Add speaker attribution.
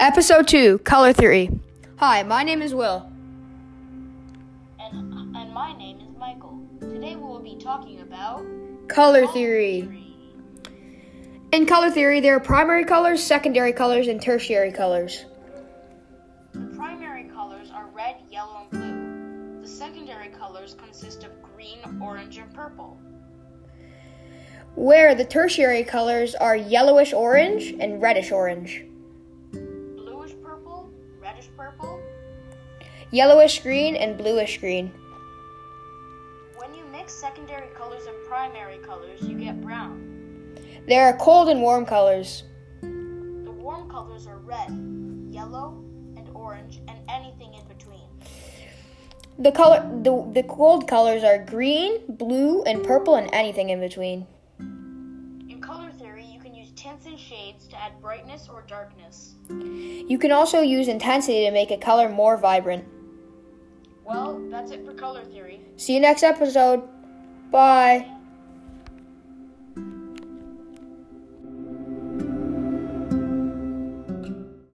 Speaker 1: Episode 2 Color Theory. Hi, my name is Will.
Speaker 2: And, and my name is Michael. Today we will be talking about
Speaker 1: Color Theory. In color theory, there are primary colors, secondary colors, and tertiary colors.
Speaker 2: The primary colors are red, yellow, and blue. The secondary colors consist of green, orange, and purple.
Speaker 1: Where the tertiary colors are yellowish orange and reddish orange,
Speaker 2: Bluish purple, reddish purple.
Speaker 1: yellowish green, and bluish green.
Speaker 2: When you mix secondary colors and primary colors, you get brown.
Speaker 1: There are cold and warm colors.
Speaker 2: The warm colors are red, yellow, and orange, and anything in between.
Speaker 1: The color the, the cold colors are green, blue, and purple and anything in between.
Speaker 2: In color theory, you can use tints and shades to add brightness or darkness.
Speaker 1: You can also use intensity to make a color more vibrant.
Speaker 2: Well, that's it for color theory.
Speaker 1: See you next episode. Bye.